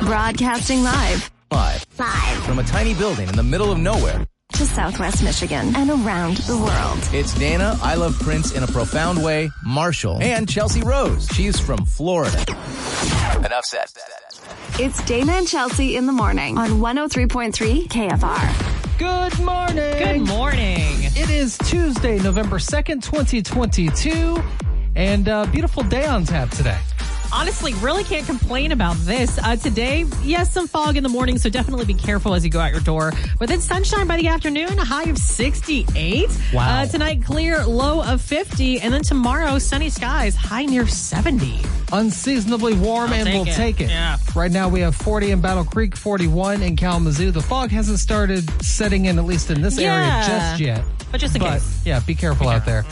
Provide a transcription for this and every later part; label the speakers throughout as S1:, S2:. S1: Broadcasting live
S2: Live
S1: Live.
S2: from a tiny building in the middle of nowhere.
S1: to Southwest Michigan and around the world.
S2: It's Dana, I Love Prince in a Profound Way, Marshall, and Chelsea Rose. She's from Florida. Enough said.
S1: It's Dana and Chelsea in the morning on 103.3 KFR.
S3: Good morning.
S4: Good morning.
S3: It is Tuesday, November 2nd, 2022, and uh, beautiful day on tap today.
S4: Honestly, really can't complain about this. Uh, today, yes, some fog in the morning, so definitely be careful as you go out your door. But then sunshine by the afternoon, a high of 68.
S3: Wow.
S4: Uh, tonight, clear, low of 50. And then tomorrow, sunny skies, high near 70.
S3: Unseasonably warm, and
S4: take
S3: we'll
S4: it.
S3: take it.
S4: Yeah.
S3: Right now, we have 40 in Battle Creek, 41 in Kalamazoo. The fog hasn't started setting in, at least in this area,
S4: Yeah.
S3: just yet.
S4: But just in
S3: But
S4: case.
S3: yeah, be careful out there.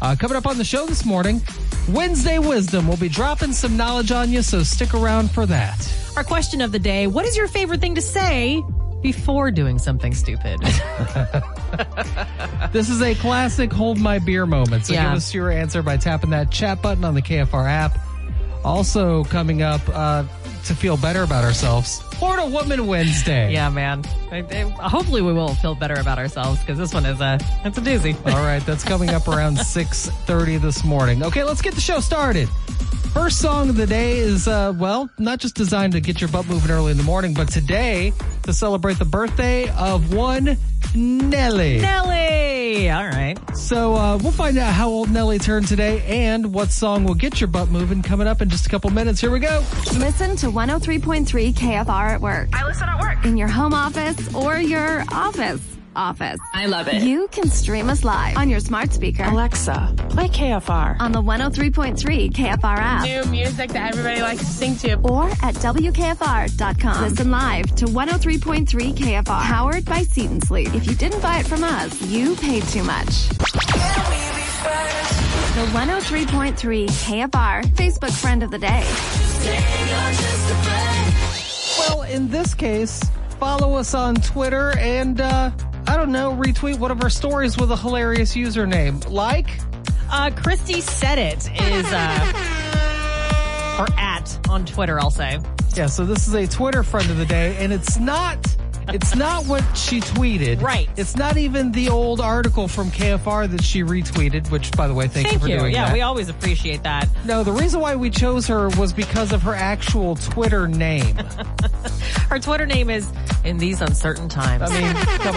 S3: Uh, coming up on the show this morning, Wednesday Wisdom. We'll be dropping some knowledge on you, so stick around for that.
S4: Our question of the day What is your favorite thing to say before doing something stupid?
S3: This is a classic hold my beer moment. So
S4: Yeah.
S3: give us your answer by tapping that chat button on the KFR app. Also coming up uh, to feel better about ourselves, Florida Woman Wednesday.
S4: yeah, man. I, I- hopefully, we will feel better about ourselves because this one is a, it's a doozy.
S3: All right, that's coming up around 6:30 this morning. Okay, let's get the show started. First song of the day is uh, well, not just designed to get your butt moving early in the morning, but today to celebrate the birthday of one Nelly.
S4: Nelly. All right.
S3: So uh, we'll find out how old Nelly turned today and what song will get your butt moving coming up in just a couple minutes. Here we go.
S1: Listen to 103.3 KFR at work. I listen at work. In your home office or your office office.
S5: I love it.
S1: You can stream us live on your smart speaker
S5: Alexa, play KFR.
S1: on the 103.3 KFR app.
S6: new music that everybody likes to sing to.
S1: or at WKFR.com. Listen live to 103.3 KFR, powered by Seat and Sleep. If you didn't buy it from us, you paid too much. The 103.3 KFR Facebook friend of the day.
S3: Well, in this case, follow us on Twitter and uh, I don't know, retweet one of our stories with a hilarious username. Like,
S4: Uh, Christy said it is uh, or at on Twitter. I'll say
S3: yeah. So this is a Twitter friend of the day, and it's not. It's not what she tweeted.
S4: Right.
S3: It's not even the old article from KFR that she retweeted, which, by the way, thank, you
S4: thank
S3: for
S4: you.
S3: doing
S4: Yeah,
S3: that.
S4: we always appreciate that.
S3: no, the reason why we chose her was because of her actual Twitter name.
S4: Her Twitter name is in these uncertain times.
S3: I mean, come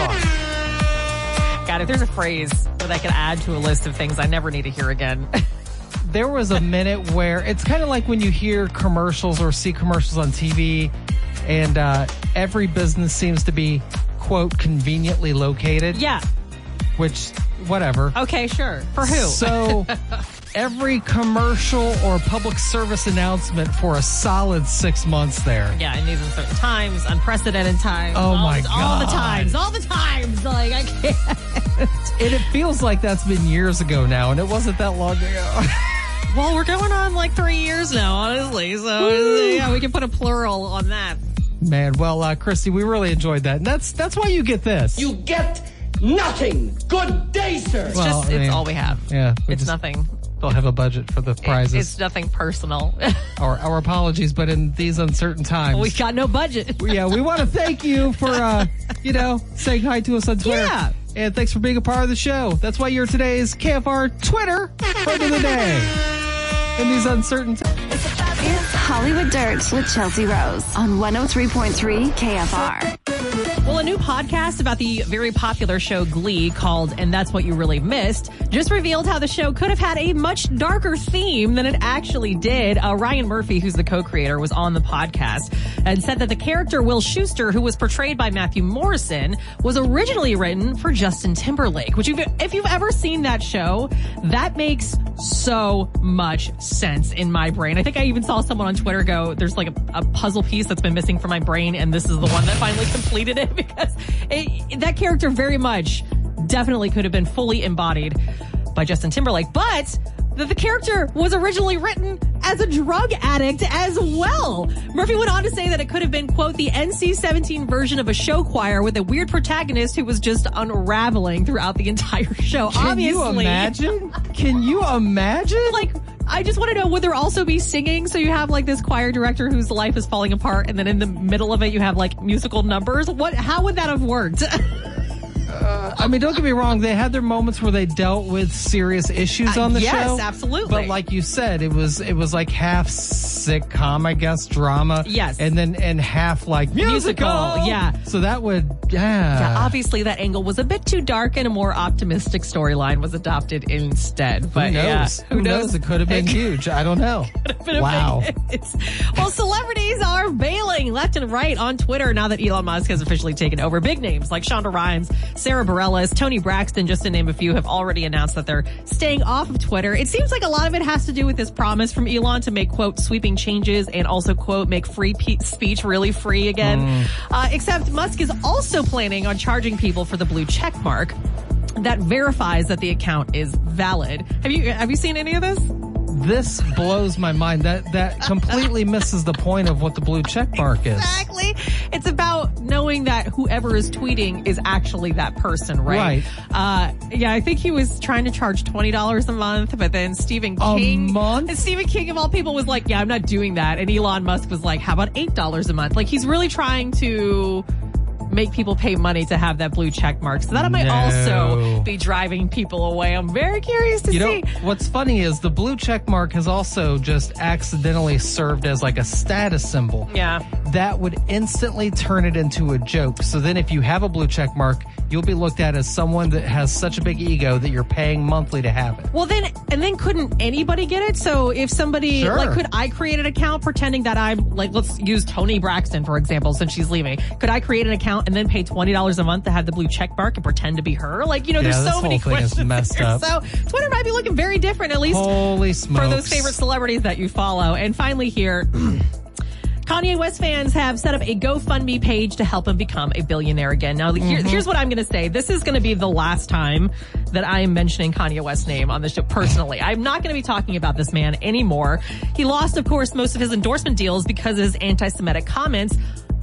S3: on.
S4: God, if there's a phrase that I could add to a list of things I never need to hear again,
S3: there was a minute where it's kind of like when you hear commercials or see commercials on TV, and uh, every business seems to be quote conveniently located.
S4: yeah.
S3: Which, whatever.
S4: Okay, sure. For who?
S3: So, every commercial or public service announcement for a solid six months there.
S4: yeah, in these uncertain times, unprecedented times.
S3: Oh
S4: all,
S3: my
S4: All the
S3: God.
S4: times, all the times. Like I can't.
S3: And it feels like that's been years ago now, and it wasn't that long ago.
S4: Well, we're going on like three years now, honestly. So yeah, we can put a plural on that.
S3: Man, well, uh, Christy, we really enjoyed that, and that's that's why you get this.
S7: You get nothing. Good day, sir.
S4: It's
S3: Well,
S4: just
S3: Oh, I
S4: it's
S3: mean,
S4: all we have.
S3: Yeah, we
S4: it's
S3: just
S4: nothing.
S3: Don't have a budget for the prizes.
S4: It's nothing personal.
S3: our, our apologies, but in these uncertain times,
S4: we got no budget.
S3: yeah, we want to thank you for, uh, you know, saying hi to us on Twitter.
S4: Yeah.
S3: And thanks for being a part of the show. That's why you're today's KFR Twitter friend of the day. In these uncertain times.
S1: It's Hollywood Dirt with Chelsea Rose on 103.3 KFR.
S4: Well, a new podcast about the very popular show Glee called And That's What You Really Missed just revealed how the show could have had a much darker theme than it actually did. Uh, Ryan Murphy, who's the co-creator, was on the podcast and said that the character Will Schuster, who was portrayed by Matthew Morrison, was originally written for Justin Timberlake, which you've, if you've ever seen that show, that makes so much sense in my brain. I think I even saw someone on Twitter go, there's like a, a puzzle piece that's been missing from my brain, and this is the one that finally completed it because it, that character very much definitely could have been fully embodied by Justin Timberlake. But that the character was originally written as a drug addict as well. Murphy went on to say that it could have been, quote, the NC 17 version of a show choir with a weird protagonist who was just unraveling throughout the entire show.
S3: Can
S4: Obviously
S3: you imagine? Can you imagine?
S4: like I just want to know would there also be singing? So you have like this choir director whose life is falling apart, and then in the middle of it you have like musical numbers. What? How would that have worked?
S3: I mean, don't get me wrong. They had their moments where they dealt with serious issues
S4: Uh,
S3: on the
S4: yes,
S3: show.
S4: absolutely.
S3: But like you said, it was it was like half sitcom, I guess, drama.
S4: Yes.
S3: And then and half like musical.
S4: Musical, yeah.
S3: So that would yeah.
S4: Yeah, obviously that angle was a bit too dark, and a more optimistic storyline was adopted instead. But
S3: Who knows?
S4: Yeah, who, knows?
S3: It could have been huge. I don't know.
S4: been a
S3: wow.
S4: big hit. Well, celebrities are bailing left and right on Twitter now that Elon Musk has officially taken over. Big names like Shonda Rhimes, Sarah Bareilles, Tony Braxton, just to name a few, have already announced that they're staying off of Twitter. It seems like a lot of it has to do with this promise from Elon to make quote sweeping changes and also quote make free pe- speech really free again. Uh, except Musk is also planning on charging people for the blue check mark. That verifies that the account is valid. Have you have you seen any of this?
S3: This blows my mind. That that completely misses the point of what the blue check mark is.
S4: Exactly. It's about knowing that whoever is tweeting is actually that person, right? Right. Uh, yeah, I think he was trying to charge twenty dollars a month, but then Stephen
S3: A
S4: King,
S3: month?
S4: and Stephen King of all people was like, "Yeah, I'm not doing that." And Elon Musk was like, "How about eight dollars a month?" Like he's really trying to make people pay money to have that blue check mark. So that might
S3: No.
S4: also be driving people away. I'm very curious to
S3: You know,
S4: see.
S3: what's funny is the blue check mark has also just accidentally served as like a status symbol.
S4: Yeah.
S3: That would instantly turn it into a joke. So then if you have a blue check mark, you'll be looked at as someone that has such a big ego that you're paying monthly to have it.
S4: Well, then, and then couldn't anybody get it? So if somebody,
S3: Sure.
S4: like, could I create an account pretending that I'm, like, let's use Tony Braxton, for example, since she's leaving. Could I create an account and then pay $20 a month to have the blue check mark and pretend to be her? Like, you know,
S3: Yeah,
S4: there's
S3: this
S4: so many
S3: whole thing is
S4: questions.
S3: messed
S4: there.
S3: up.
S4: So Twitter might be looking very different, at least
S3: Holy smokes.
S4: for those favorite celebrities that you follow. And finally, here. Kanye West fans have set up a GoFundMe page to help him become a billionaire again. Now, here- here's what I'm going to say. This is going to be the last time that I am mentioning Kanye West's name on the show personally. I'm not going to be talking about this man anymore. He lost, of course, most of his endorsement deals because of his anti-Semitic comments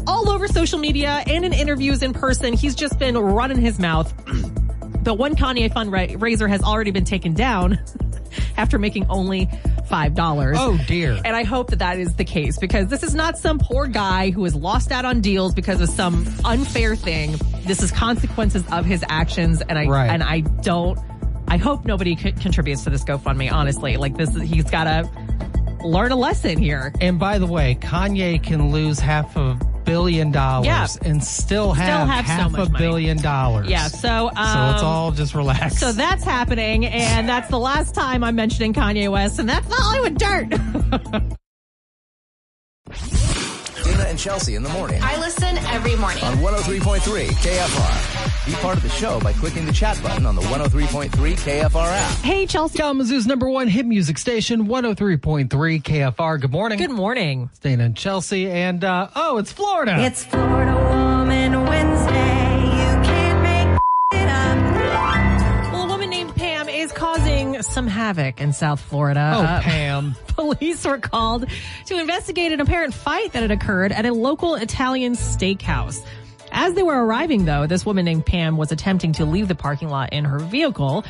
S4: all over social media and in interviews in person. He's just been running his mouth. The one Kanye fundraiser has already been taken down after making only $5.
S3: Oh dear.
S4: And I hope that that is the case because this is not some poor guy who has lost out on deals because of some unfair thing. This is consequences of his actions, and I
S3: Right.
S4: and I don't. I hope nobody co- contributes to this GoFundMe. Honestly, like this, is- he's got to learn a lesson here.
S3: And by the way, Kanye can lose half a billion dollars
S4: Yeah.
S3: and still have,
S4: have so
S3: half
S4: much
S3: a
S4: money.
S3: billion dollars.
S4: Yeah. So, um,
S3: so let's all just relax.
S4: So that's happening, and that's the last time I'm mentioning Kanye West, and that's the Hollywood dirt.
S2: Dana and Chelsea in the morning
S8: I listen every morning.
S2: on 103.3 KFR. Be part of the show by clicking the chat button on the 103.3 KFR app.
S4: hey, Chelsea.
S3: Kalamazoo's number one hit music station, 103.3 KFR. Good morning.
S4: Good morning.
S3: Dana and Chelsea. And, uh, oh, it's Florida.
S9: It's Florida Woman Wednesday. You can't make it up.
S4: Well, a woman named Pam is causing some havoc in South Florida.
S3: oh,
S4: Uh,
S3: Pam.
S4: Police were called to investigate an apparent fight that had occurred at a local Italian steakhouse. As they were arriving, though, this woman named Pam was attempting to leave the parking lot in her vehicle.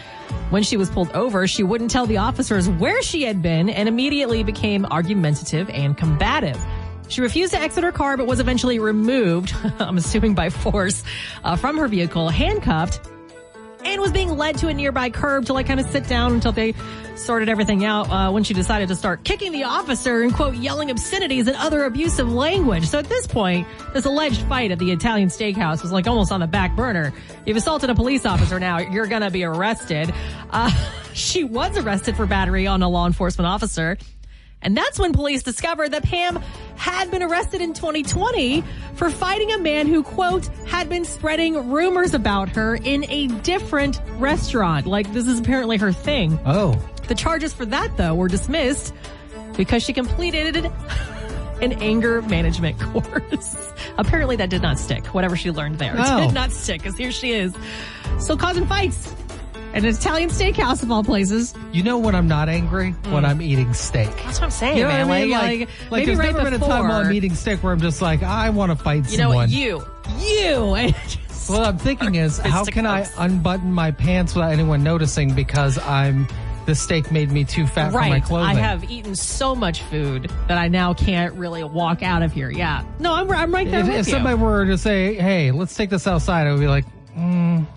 S4: When she was pulled over, she wouldn't tell the officers where she had been and immediately became argumentative and combative. She refused to exit her car, but was eventually removed, I'm assuming by force, uh, from her vehicle, handcuffed, and was being led to a nearby curb to like kind of sit down until they sorted everything out uh, when she decided to start kicking the officer and quote yelling obscenities and other abusive language so at this point this alleged fight at the italian steakhouse was like almost on the back burner you've assaulted a police officer now you're gonna be arrested uh, she was arrested for battery on a law enforcement officer and that's when police discovered that Pam had been arrested in 2020 for fighting a man who, quote, had been spreading rumors about her in a different restaurant. Like, this is apparently her thing.
S3: Oh,
S4: The charges for that, though, were dismissed because she completed an anger management course. Apparently, that did not stick. Whatever she learned there
S3: Oh.
S4: did not stick because here she is. still causing fights at an Italian steakhouse, of all places.
S3: you know when I'm not angry? When I'm eating steak.
S4: That's what I'm saying,
S3: You know
S4: man.
S3: what I mean?
S4: Mm. Like,
S3: Like,
S4: like,
S3: like,
S4: maybe
S3: there's
S4: right
S3: never
S4: before.
S3: been a time while I'm eating steak where I'm just like, I want to fight
S4: you know
S3: someone.
S4: what? You, you, and just-
S3: Well, I'm thinking is how can I
S4: Fisticuffs.
S3: unbutton my pants without anyone noticing because I'm the steak made me too fat for my
S4: Right. I
S3: clothing.
S4: have eaten so much food that I now can't really walk out of here. Yeah. No, I'm, I'm right there
S3: If,
S4: with
S3: if
S4: you.
S3: somebody were to say, "Hey, let's take this outside," I would be like,
S4: I'm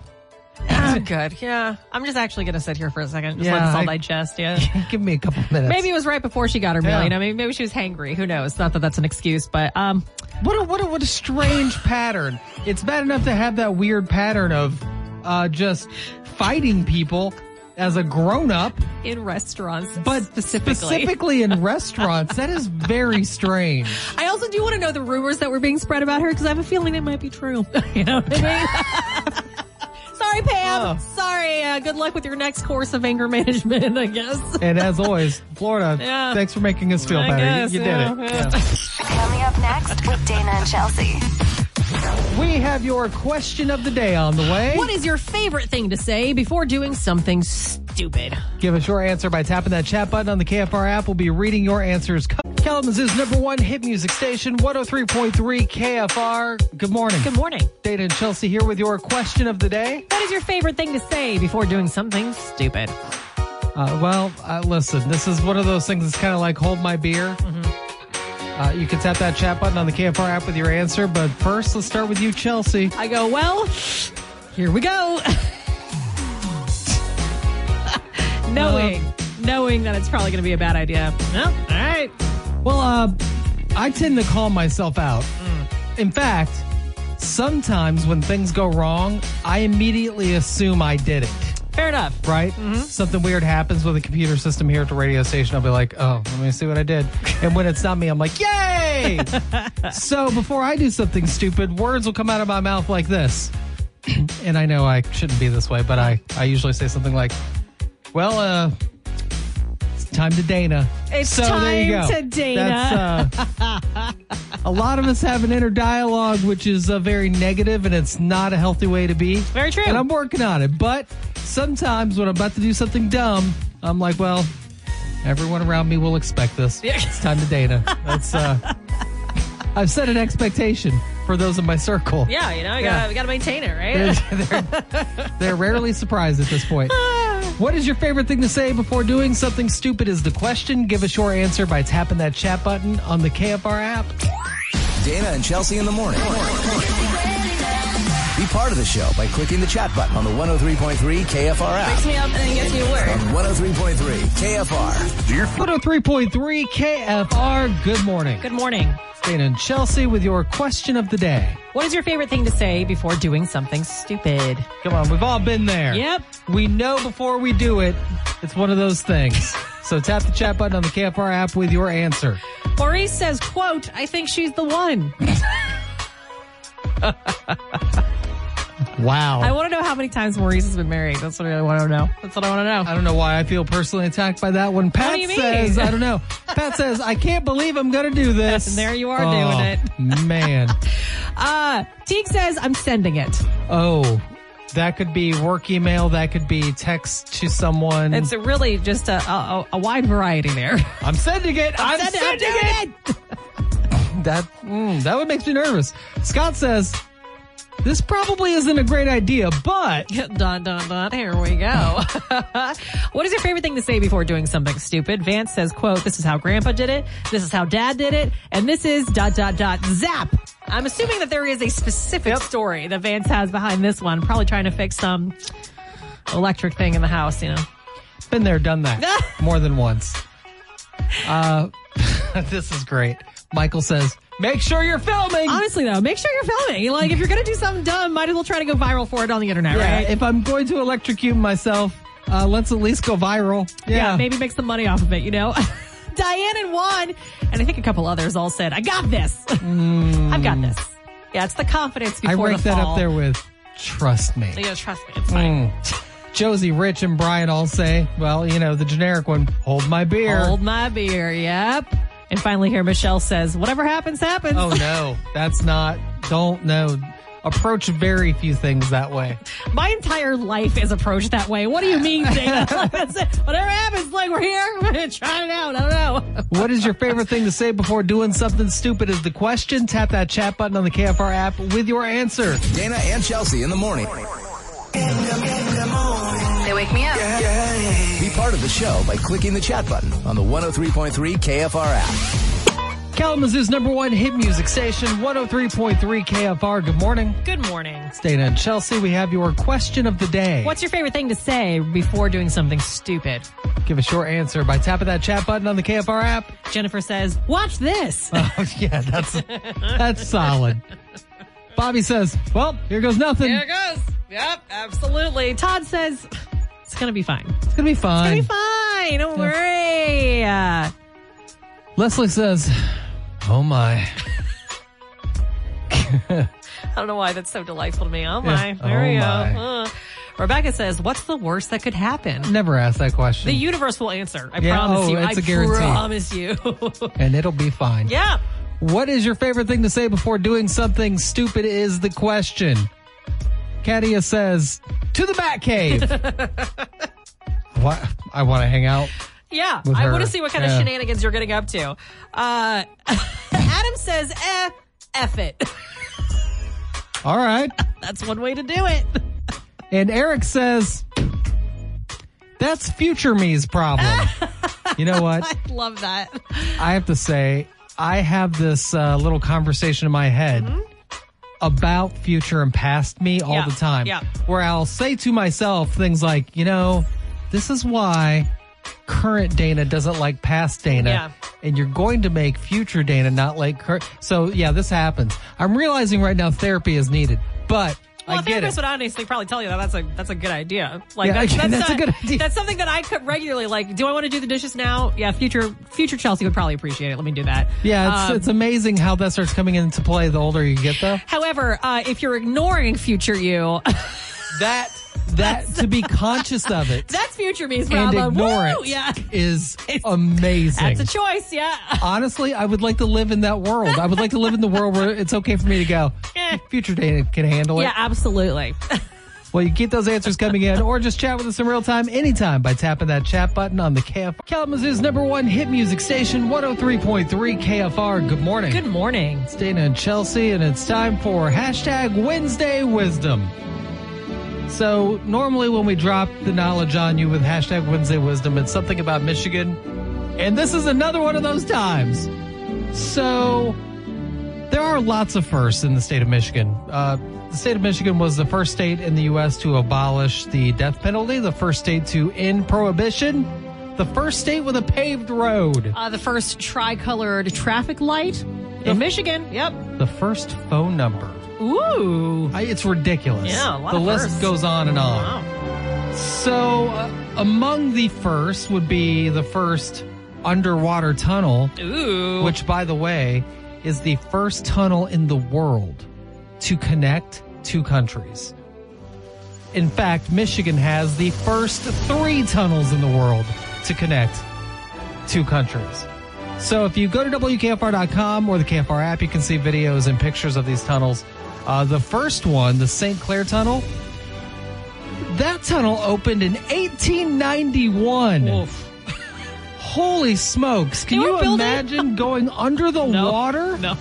S4: Ah, good. Yeah. I'm just actually going to sit here for a second. Just
S3: Yeah,
S4: let this all
S3: I-
S4: digest. Yeah.
S3: "Give me a couple minutes."
S4: Maybe it was right before she got her meal.
S3: Yeah.
S4: You know, maybe, maybe she was hangry. Who knows? Not that that's an excuse, but um,
S3: What a what a what a strange pattern. It's bad enough to have that weird pattern of uh, just fighting people as a grown up,
S4: in restaurants,
S3: but
S4: specifically.
S3: specifically in restaurants, that is very strange.
S4: I also do want to know the rumors that were being spread about her because I have a feeling they might be true. you know what I mean? Sorry, Pam. Sorry. Uh, good luck with your next course of anger management, I guess.
S3: And as always, Florida,
S4: Yeah.
S3: thanks for making us feel
S4: I
S3: better. You-
S4: guess,
S3: you,
S4: yeah,
S3: did it.
S4: yeah.
S1: Coming up next with Dana and Chelsea.
S3: We have your question of the day on the way.
S4: What is your favorite thing to say before doing something stupid?
S3: Give us your answer by tapping that chat button on the KFR app. We'll be reading your answers. Kalamazoo's number one hit music station, 103.3 KFR. Good morning.
S4: Good morning.
S3: Dana and Chelsea here with your question of the day.
S4: What is your favorite thing to say before doing something stupid?
S3: Uh, well, uh, listen, this is one of those things that's kind of like hold my beer. Uh, you can tap that chat button on the KFR app with your answer, but first, let's start with you, Chelsea.
S4: I go, well, here we go. knowing, knowing that it's probably going to be a bad idea. Well, all right.
S3: Well, uh, I tend to call myself out. In fact, sometimes when things go wrong, I immediately assume I did it.
S4: Fair enough.
S3: Right? Something weird happens with the computer system here at the radio station. I'll be like, oh, let me see what I did. And when it's not me, I'm like, yay! so before I do something stupid, words will come out of my mouth like this. and I know I shouldn't be this way, but I, I usually say something like, well, uh, it's time to Dana.
S4: It's
S3: so there you
S4: time
S3: go.
S4: to Dana.
S3: That's, uh, a lot of us have an inner dialogue, which is uh, very negative, and it's not a healthy way to be.
S4: Very true.
S3: And I'm working on it. But sometimes when I'm about to do something dumb, I'm like, well, everyone around me will expect this.
S4: Yeah.
S3: It's time to Dana. That's, uh, I've set an expectation for those in my circle.
S4: Yeah, you know, we
S3: Yeah.
S4: gotta, we gotta maintain it, right?
S3: they're, they're rarely surprised at this point. What is your favorite thing to say before doing something stupid is the question. Give us your answer by tapping that chat button on the KFR app.
S2: Dana and Chelsea in the morning. Be part of the show by clicking the chat button on the 103.3 KFR app. oh
S6: me up and then gets me to work.
S2: On 103.3 KFR.
S3: 103.3 KFR. Good morning.
S4: Good morning.
S3: Dana and Chelsea with your question of the day.
S4: What is your favorite thing to say before doing something stupid?
S3: Come on, we've all been there.
S4: Yep.
S3: We know before we do it, it's one of those things. so tap the chat button on the KFR app with your answer.
S4: Maurice says, quote, I think she's the one.
S3: Wow.
S4: I wanna know how many times Maurice has been married. That's what I wanna know. That's what I wanna know.
S3: I don't know why I feel personally attacked by that one. Pat
S4: do you mean?
S3: says, I don't know. Pat says, I can't believe I'm going to do this. Oh,
S4: And there you are doing it.
S3: man.
S4: Uh, Teague says, I'm sending it.
S3: Oh, that could be work email. That could be text to someone.
S4: It's a really just a, a, a wide variety there.
S3: I'm sending it. I'm,
S4: sending- I'm
S3: sending it. That, mm, that would make me nervous. Scott says, this probably isn't a great idea, but
S4: dun, dun, dun. Here we go. what is your favorite thing to say before doing something stupid? Vance says, quote, this is how grandpa did it. This is how dad did it. And this is dot, dot, dot, zap. I'm assuming that there is a specific story that Vance has behind this one. Probably trying to fix some electric thing in the house, you know.
S3: Been there, done that more than once. Uh, this is great. Michael says, make sure you're filming.
S4: Honestly though, make sure you're filming. Like if you're going to do something dumb, might as well try to go viral for it on the internet,
S3: Yeah,
S4: right?
S3: if I'm going to electrocute myself, uh, let's at least go viral.
S4: yeah. maybe make some money off of it, you know? Diane and Juan, and I think a couple others all said, I got this. I've got this. Yeah, it's the confidence
S3: Mm. I
S4: before
S3: rank
S4: the
S3: that
S4: fall.
S3: up there with trust me. Hmm.
S4: Yeah, trust me, it's fine.
S3: Josie, Rich, and Brian all say, well, you know, the generic one, hold my beer.
S4: Hold my beer, yep. And finally here, Michelle says, whatever happens, happens.
S3: Oh no, that's not, don't, no. Approach very few things that way.
S4: My entire life is approached that way. What do you mean, Dana? Like, that's it. Whatever happens, like we're here, we're gonna try it out. I don't know.
S3: What is your favorite thing to say before doing something stupid is the question. Tap that chat button on the KFR app with your answer.
S2: Dana and Chelsea in the morning.
S1: They wake me up.
S2: Be part of the show by clicking the chat button on the 103.3 KFR app.
S3: Kalamazoo's number one hit music station, 103.3 KFR. Good morning.
S4: Good morning.
S3: It's Dana and Chelsea. We have your question of the day.
S4: What's your favorite thing to say before doing something stupid?
S3: Give a short answer by tapping that chat button on the KFR app.
S4: Jennifer says, "Watch this."
S3: Oh, yeah, that's that's solid. Bobby says, "Well, here goes nothing.
S4: There it goes. Yep, absolutely. Todd says, "It's gonna be fine.
S3: it's gonna be fine."
S4: It's gonna be fine. Don't worry." Uh,
S3: Leslie says, "Oh my,
S4: I don't know why that's so delightful to me. Oh my.
S3: Yeah.
S4: There
S3: Oh,
S4: we go.
S3: my.
S4: Uh. Rebecca says, "What's the worst that could happen?"
S3: never ask that
S4: The
S3: question,
S4: universe will answer. I
S3: Yeah,
S4: promise
S3: oh,
S4: you.
S3: it's
S4: I
S3: a guarantee.
S4: promise you.
S3: and it'll be fine."
S4: yeah.
S3: What is your favorite thing to say before doing something stupid? Is the question. Katia says, "To the Bat Cave." what? I want to hang out.
S4: Yeah.
S3: With
S4: I
S3: her.
S4: want to see what kind
S3: Yeah.
S4: of shenanigans you're getting up to. Uh, Adam says, eh, F it.
S3: All right.
S4: That's one way to do it.
S3: And Eric says, "That's future me's problem." you know what?
S4: I love that.
S3: I have to say, I have this uh, little conversation in my head about future and past me
S4: Mm-hmm.
S3: all
S4: Yeah,
S3: the time.
S4: yeah.
S3: Where I'll say to myself things like, you know, this is why current Dana doesn't like past Dana.
S4: Yeah.
S3: And you're going to make future Dana not like current. So, yeah, this happens. I'm realizing right now therapy is needed, but
S4: Well,
S3: I
S4: a
S3: get
S4: therapist
S3: it.
S4: would honestly probably tell you that that's a that's a good idea. Like
S3: Yeah,
S4: that's,
S3: okay,
S4: that's,
S3: that's a
S4: not-
S3: good idea.
S4: That's something that I could regularly like. Do I want to do the dishes now? Yeah, future future Chelsea would probably appreciate it. Let me do that.
S3: Yeah, it's,
S4: Um,
S3: it's amazing how that starts coming into play the older you get, though.
S4: However, uh, if you're ignoring future you,
S3: That, that, to be conscious of it.
S4: that's future me's
S3: and
S4: problem.
S3: ignore
S4: Woo!
S3: it
S4: Yeah.
S3: is amazing.
S4: That's a choice, yeah.
S3: Honestly, I would like to live in that world. I would like to live in the world where it's okay for me to go.
S4: Eh.
S3: Future Dana can handle it.
S4: Yeah, absolutely.
S3: Well, you keep those answers coming in, or just chat with us in real time anytime by tapping that chat button on the KFR. Kalamazoo's number one hit music station, 103.3 KFR. Good morning.
S4: Good morning.
S3: It's Dana and Chelsea, and it's time for hashtag Wednesday Wisdom. So, normally when we drop the knowledge on you with hashtag Wednesday Wisdom, it's something about Michigan. And this is another one of those times. So, there are lots of firsts in the state of Michigan. Uh, the state of Michigan was the first state in the U.S. to abolish the death penalty, the first state to end prohibition, the first state with a paved road.
S4: Uh, the first tricolored traffic light in Michigan. Yep.
S3: the first phone number.
S4: Ooh.
S3: I, it's ridiculous.
S4: Yeah, a lot
S3: the
S4: of
S3: list
S4: firsts.
S3: goes on and on.
S4: Wow.
S3: So, uh, among the first would be the first underwater tunnel,
S4: Ooh.
S3: which, by the way, is the first tunnel in the world to connect two countries. In fact, Michigan has the first three tunnels in the world to connect two countries. So if you go to WKFR.com or the KFR app, you can see videos and pictures of these tunnels. Uh, the first one, the St. Clair Tunnel, that tunnel opened in 1891. Holy smokes. Can
S4: They were
S3: you
S4: building-
S3: imagine going under the
S4: No.
S3: water
S4: No.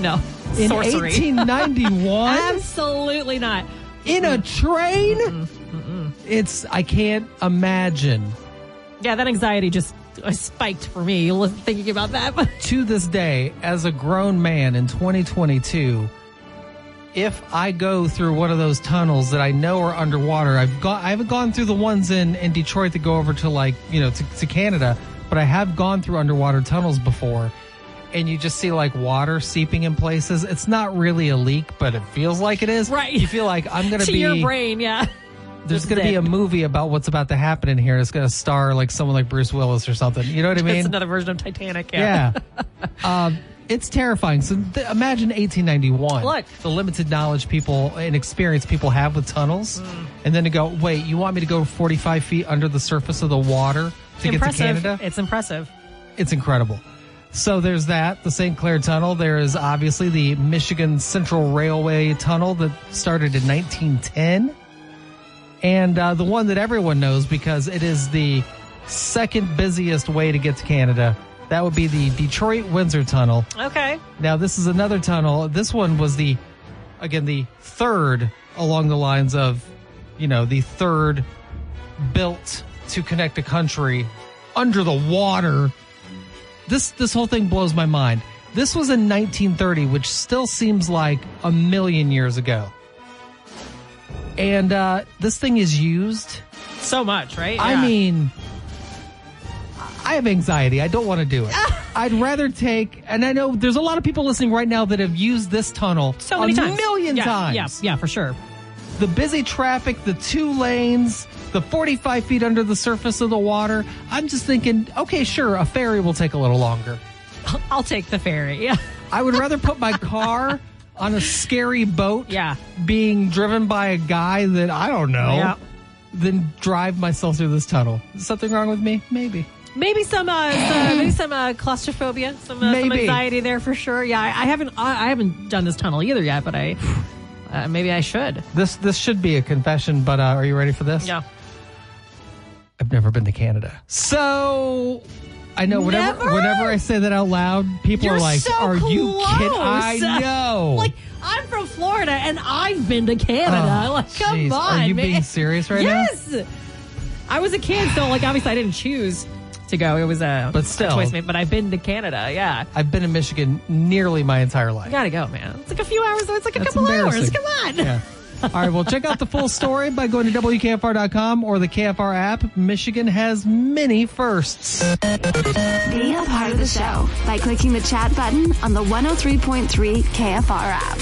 S4: No.
S3: in
S4: Sorcery.
S3: 1891
S4: Absolutely not.
S3: in a train? It's, I can't imagine.
S4: Yeah, that anxiety just uh, spiked for me li- thinking about that. But
S3: to this day, as a grown man in 2022, if I go through one of those tunnels that I know are underwater, I've gone, I haven't gone through the ones in, in Detroit that go over to like, you know, to, to Canada, but I have gone through underwater tunnels before and you just see like water seeping in places. It's not really a leak, but it feels like it is.
S4: Right.
S3: You feel like I'm going
S4: to
S3: be
S4: your brain, yeah.
S3: there's
S4: Just
S3: going to be
S4: zip.
S3: a movie about what's about to happen in here. It's going to star like someone like Bruce Willis or something. You know what I mean?
S4: It's another version of Titanic.
S3: Yeah. um, it's terrifying. So th- imagine 1891.
S4: Look.
S3: The limited knowledge people and experience people have with tunnels.
S4: Mm.
S3: And then to go, wait, you want me to go 45 feet under the surface of the water to get to
S4: impressive.
S3: Canada?
S4: It's impressive.
S3: It's incredible. So there's that, the St. Clair Tunnel. There is obviously the Michigan Central Railway Tunnel that started in 1910. And uh, the one that everyone knows because it is the second busiest way to get to Canada. That would be the Detroit Windsor Tunnel.
S4: Okay.
S3: Now, this is another tunnel. This one was the, again, the third along the lines of, you know, the third built to connect a country under the water. This this whole thing blows my mind. This was in 1930, which still seems like a million years ago. And uh, this thing is used.
S4: So much, right? Yeah.
S3: I mean, I have anxiety. I don't want to do it. I'd rather take, and I know there's a lot of people listening right now that have used this tunnel
S4: so many
S3: a
S4: times.
S3: million
S4: yeah,
S3: times.
S4: Yeah, yeah, for sure.
S3: The busy traffic, the two lanes, the 45 feet under the surface of the water. I'm just thinking, okay, sure, a ferry will take a little longer.
S4: I'll take the ferry. Yeah.
S3: I would rather put my car on a scary boat
S4: Yeah.
S3: being driven by a guy that I don't know
S4: Yeah.
S3: than drive myself through this tunnel. Is something wrong with me? Maybe.
S4: Maybe some, uh, some maybe some uh, claustrophobia, some, uh, some
S3: Maybe.
S4: anxiety there for sure. Yeah, I, I haven't I, I haven't done this tunnel either yet, but I uh, maybe I should.
S3: This this should be a confession, but uh, are you ready for this?
S4: Yeah.
S3: I've never been to Canada. So I know whenever
S4: Never?
S3: whenever I say that out loud, people
S4: You're
S3: are like,
S4: so
S3: "Are you kidding?"
S4: close.
S3: I know.
S4: Like I'm from Florida and I've been to Canada.
S3: Oh,
S4: like come
S3: jeez.
S4: on.
S3: Are you
S4: man.
S3: being serious right now?
S4: yes! Yes. I was a kid, so like obviously I didn't choose to go. It was a
S3: But
S4: a
S3: still.
S4: choice made, but I've been to Canada. Yeah.
S3: I've been in Michigan nearly my entire life.
S4: You gotta go, man. It's like a few hours. though. It's like a
S3: That's
S4: couple hours.
S3: embarrassing.
S4: Come on.
S3: Yeah. All right, well, check out the full story by going to WKFR.com or the KFR app. Michigan has many firsts.
S1: Be a part of the show by clicking the chat button on the 103.3 KFR app.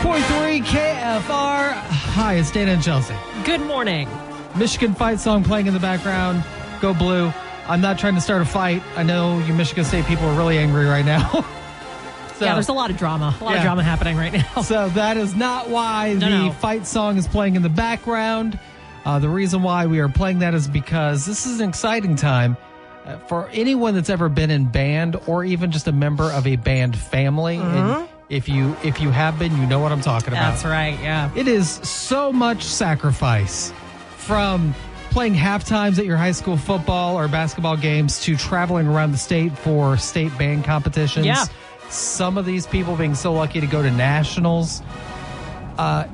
S3: 103.3 KFR. Hi, it's Dana and Chelsea.
S4: Good morning.
S3: Michigan fight song playing in the background. Go blue. I'm not trying to start a fight. I know you Michigan State people are really angry right now. so,
S4: yeah, there's a lot of drama. A lot
S3: Yeah.
S4: of drama happening right now.
S3: so that is not why
S4: No,
S3: the
S4: no.
S3: fight song is playing in the background. Uh, the reason why we are playing that is because this is an exciting time uh, for anyone that's ever been in band or even just a member of a band family. And if you if you have been, you know what I'm talking about.
S4: Mm-hmm. That's right. Yeah.
S3: It is so much sacrifice from playing half times at your high school football or basketball games to traveling around the state for state band competitions.
S4: Yeah.
S3: Some of these people being so lucky to go to nationals. Uh,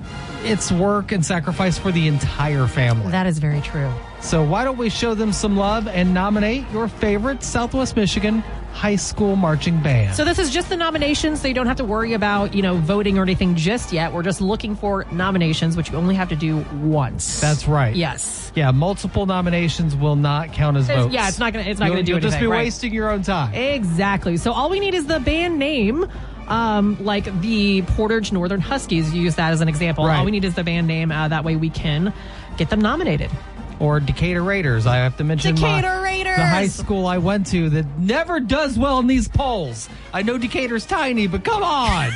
S3: it's work and sacrifice for the entire family.
S4: That is very true.
S3: so why don't we show them some love and nominate your favorite Southwest Michigan high school marching band?
S4: So this is just the nominations, so you don't have to worry about, you know, voting or anything just yet. We're just looking for nominations, which you only have to do once.
S3: That's right.
S4: Yes.
S3: yeah, multiple nominations will not count as
S4: It's-
S3: votes.
S4: yeah, it's not gonna- it's not
S3: You'll-
S4: gonna do
S3: You'll just
S4: anything,
S3: be
S4: right.
S3: wasting your own time.
S4: Exactly. So all we need is the band name. Um, like the Portage Northern Huskies, you use that as an example.
S3: Right.
S4: All we need is the band name. Uh, that way we can get them nominated.
S3: or Decatur Raiders. I have to mention my-
S4: Decatur Raiders!
S3: the high school I went to that never does well in these polls. I know Decatur's tiny, but come on,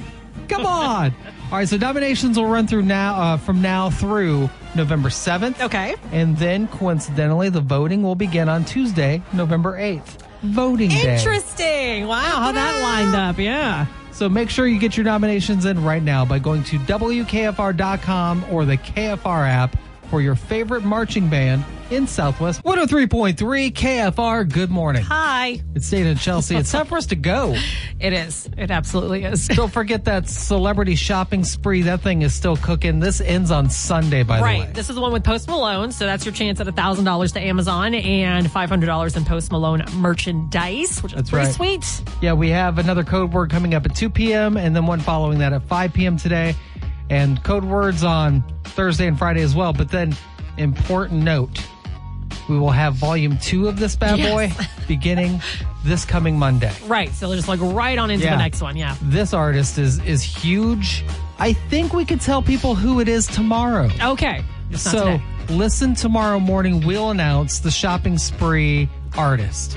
S3: come on. All right, so nominations will run through now uh, from now through November seventh.
S4: Okay.
S3: and then coincidentally, the voting will begin on Tuesday, November eighth. Voting day.
S4: Interesting. Wow, how that lined up. Yeah.
S3: So make sure you get your nominations in right now by going to WKFR.com or the KFR app for your favorite marching band in Southwest 103.3 KFR. Good morning.
S4: Hi.
S3: It's Dana and Chelsea. It's time for us to go.
S4: It is. It absolutely is.
S3: Don't forget that celebrity shopping spree. That thing is still cooking. This ends on Sunday, by the way.
S4: Right. This is the one with Post Malone. So that's your chance at $1,000 to Amazon and $500 in Post Malone merchandise, which is
S3: That's
S4: pretty
S3: right.
S4: sweet.
S3: Yeah, we have another code word coming up at 2 p.m. and then one following that at 5 p.m. today. And code words on Thursday and Friday as well. But then, important note, we will have volume two of this bad
S4: Yes.
S3: boy beginning this coming Monday.
S4: Right. So just like right on into
S3: Yeah.
S4: the next one. Yeah.
S3: This artist is is huge. I think we could tell people who it is tomorrow.
S4: Okay. It's not
S3: so
S4: today.
S3: listen tomorrow morning. We'll announce the shopping spree artist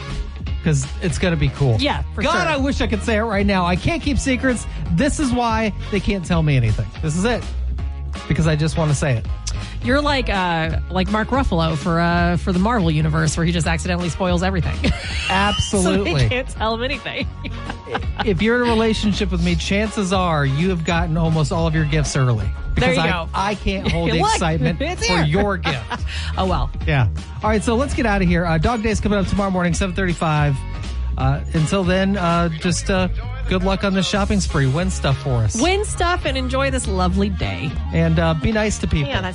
S3: because it's going to be cool.
S4: Yeah, for
S3: God,
S4: sure.
S3: I wish I could say it right now. I can't keep secrets. This is why they can't tell me anything. This is it because I just want to say it.
S4: You're like uh like Mark Ruffalo for uh for the Marvel universe where he just accidentally spoils everything. so they
S3: Absolutely.
S4: can't tell him anything.
S3: if you're in a relationship with me, chances are you have gotten almost all of your gifts early.
S4: There
S3: Because
S4: you
S3: I,
S4: go.
S3: I can't hold the
S4: Look,
S3: excitement
S4: it's
S3: for
S4: here.
S3: your gift.
S4: oh well.
S3: Yeah. All right, so let's get out of here. Uh, Dog Day's coming up tomorrow morning, 735. Uh, until then, uh, just uh, good luck on the shopping spree. Win stuff for us.
S4: Win stuff and enjoy this lovely day.
S3: And uh, be nice to people.
S4: Yeah, that's